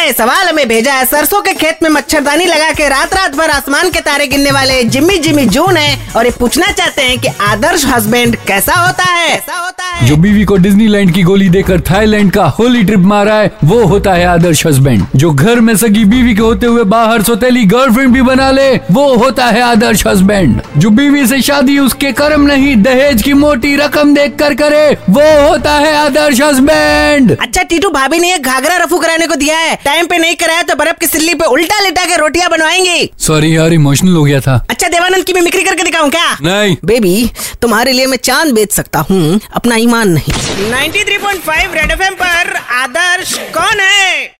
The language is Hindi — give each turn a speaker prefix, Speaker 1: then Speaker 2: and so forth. Speaker 1: ये सवाल हमें भेजा है सरसों के खेत में मच्छरदानी लगा के रात रात भर आसमान के तारे गिनने वाले जिम्मी जिम्मी जून है और ये पूछना चाहते हैं कि आदर्श हस्बैंड कैसा होता है कैसा होता है
Speaker 2: जो बीवी को डिज्नीलैंड की गोली देकर थाईलैंड का होली ट्रिप मारा है वो होता है आदर्श हस्बैंड जो घर में सगी बीवी के होते हुए बाहर सोतेली गर्लफ्रेंड भी बना ले वो होता है आदर्श हस्बैंड जो बीवी से शादी उसके कर्म नहीं दहेज की मोटी रकम देख कर करे वो होता है आदर्श हस्बैंड
Speaker 1: अच्छा टीटू भाभी ने ये घाघरा रफू कराने को दिया है टाइम पे नहीं कराया तो बर्फ की सिल्ली पे उल्टा लेटा के रोटियां बनवाएंगी
Speaker 2: सॉरी यार इमोशनल हो गया था
Speaker 1: अच्छा देवानंद की मिमिक्री करके दिखाऊं क्या
Speaker 2: नहीं
Speaker 1: बेबी तुम्हारे लिए मैं चांद बेच सकता हूँ अपना ईमान नहीं
Speaker 3: 93.5 रेड एफएम पर आदर्श कौन है